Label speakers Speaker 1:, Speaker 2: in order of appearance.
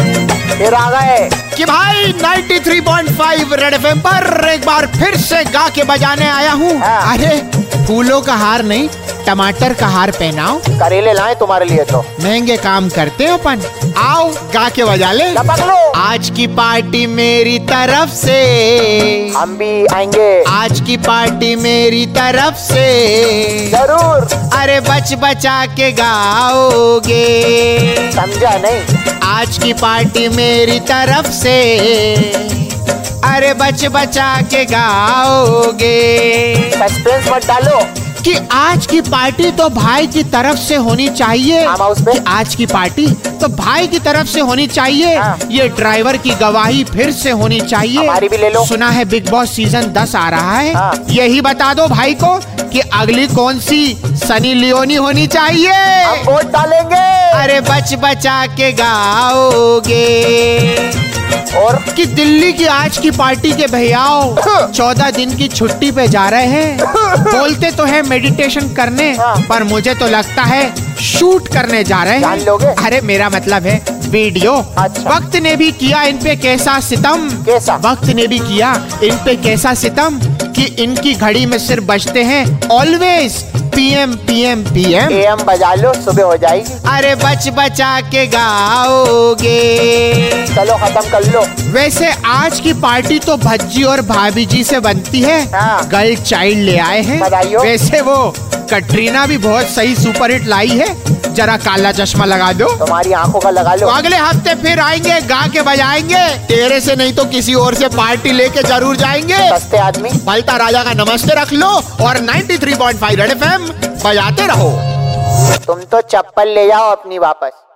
Speaker 1: फिर आ गए
Speaker 2: कि भाई 93.5 रेड एफएम पर एक बार फिर से गा के बजाने आया हूँ
Speaker 1: हाँ।
Speaker 2: अरे फूलों का हार नहीं टमाटर का हार पहनाओ
Speaker 1: करेले लाए तुम्हारे लिए तो
Speaker 2: महंगे काम करते हैं अपन आओ गा के बजा ले
Speaker 1: लपक लो
Speaker 2: आज की पार्टी मेरी तरफ से
Speaker 1: हम भी आएंगे
Speaker 2: आज की पार्टी मेरी तरफ से
Speaker 1: जरूर
Speaker 2: अरे बच बचा के गाओगे
Speaker 1: समझा नहीं
Speaker 2: आज की पार्टी मेरी तरफ से अरे बच बचा के गाओगे
Speaker 1: सस्पेंस तो मत डालो
Speaker 2: कि आज की पार्टी तो भाई की तरफ से होनी चाहिए
Speaker 1: हम हाउस पे।
Speaker 2: कि आज की पार्टी तो भाई की तरफ से होनी चाहिए
Speaker 1: हाँ।
Speaker 2: ये ड्राइवर की गवाही फिर से होनी चाहिए
Speaker 1: हमारी भी ले लो।
Speaker 2: सुना है बिग बॉस सीजन 10 आ रहा है
Speaker 1: हाँ।
Speaker 2: यही बता दो भाई को कि अगली कौन सी सनी लियोनी होनी चाहिए
Speaker 1: हम वोट डालेंगे
Speaker 2: अरे बच बचा के गाओगे
Speaker 1: और
Speaker 2: कि दिल्ली की आज की पार्टी के भैयाओ
Speaker 1: हाँ।
Speaker 2: चौदह दिन की छुट्टी पे जा रहे हैं बोलते तो हैं मेडिटेशन करने
Speaker 1: हाँ।
Speaker 2: पर मुझे तो लगता है शूट करने जा रहे
Speaker 1: जान
Speaker 2: हैं
Speaker 1: लोगे?
Speaker 2: अरे मेरा मतलब है वीडियो
Speaker 1: अच्छा।
Speaker 2: वक्त ने भी किया इन पे कैसा सितम
Speaker 1: कैसा?
Speaker 2: वक्त ने भी किया इन पे कैसा सितम कि इनकी घड़ी में सिर्फ बजते हैं always PM PM PM
Speaker 1: M बजा लो सुबह हो जाएगी
Speaker 2: अरे बच बचा के गाओगे
Speaker 1: चलो खत्म कर लो
Speaker 2: वैसे आज की पार्टी तो भज्जी और भाभी जी से बनती है
Speaker 1: हाँ।
Speaker 2: गर्ल चाइल्ड ले आए हैं
Speaker 1: बधाई हो।
Speaker 2: वैसे वो कटरीना भी बहुत सही सुपरहिट लाई है जरा काला चश्मा लगा दो
Speaker 1: तुम्हारी आंखों का लगा
Speaker 2: तो
Speaker 1: लो
Speaker 2: अगले हफ्ते फिर आएंगे गा के बजाएंगे तेरे से नहीं तो किसी और से पार्टी लेके जरूर जाएंगे
Speaker 1: सस्ते आदमी
Speaker 2: बलता राजा का नमस्ते रख लो और 93.5 रेड एफएम बजाते रहो
Speaker 1: तुम तो चप्पल ले जाओ अपनी वापस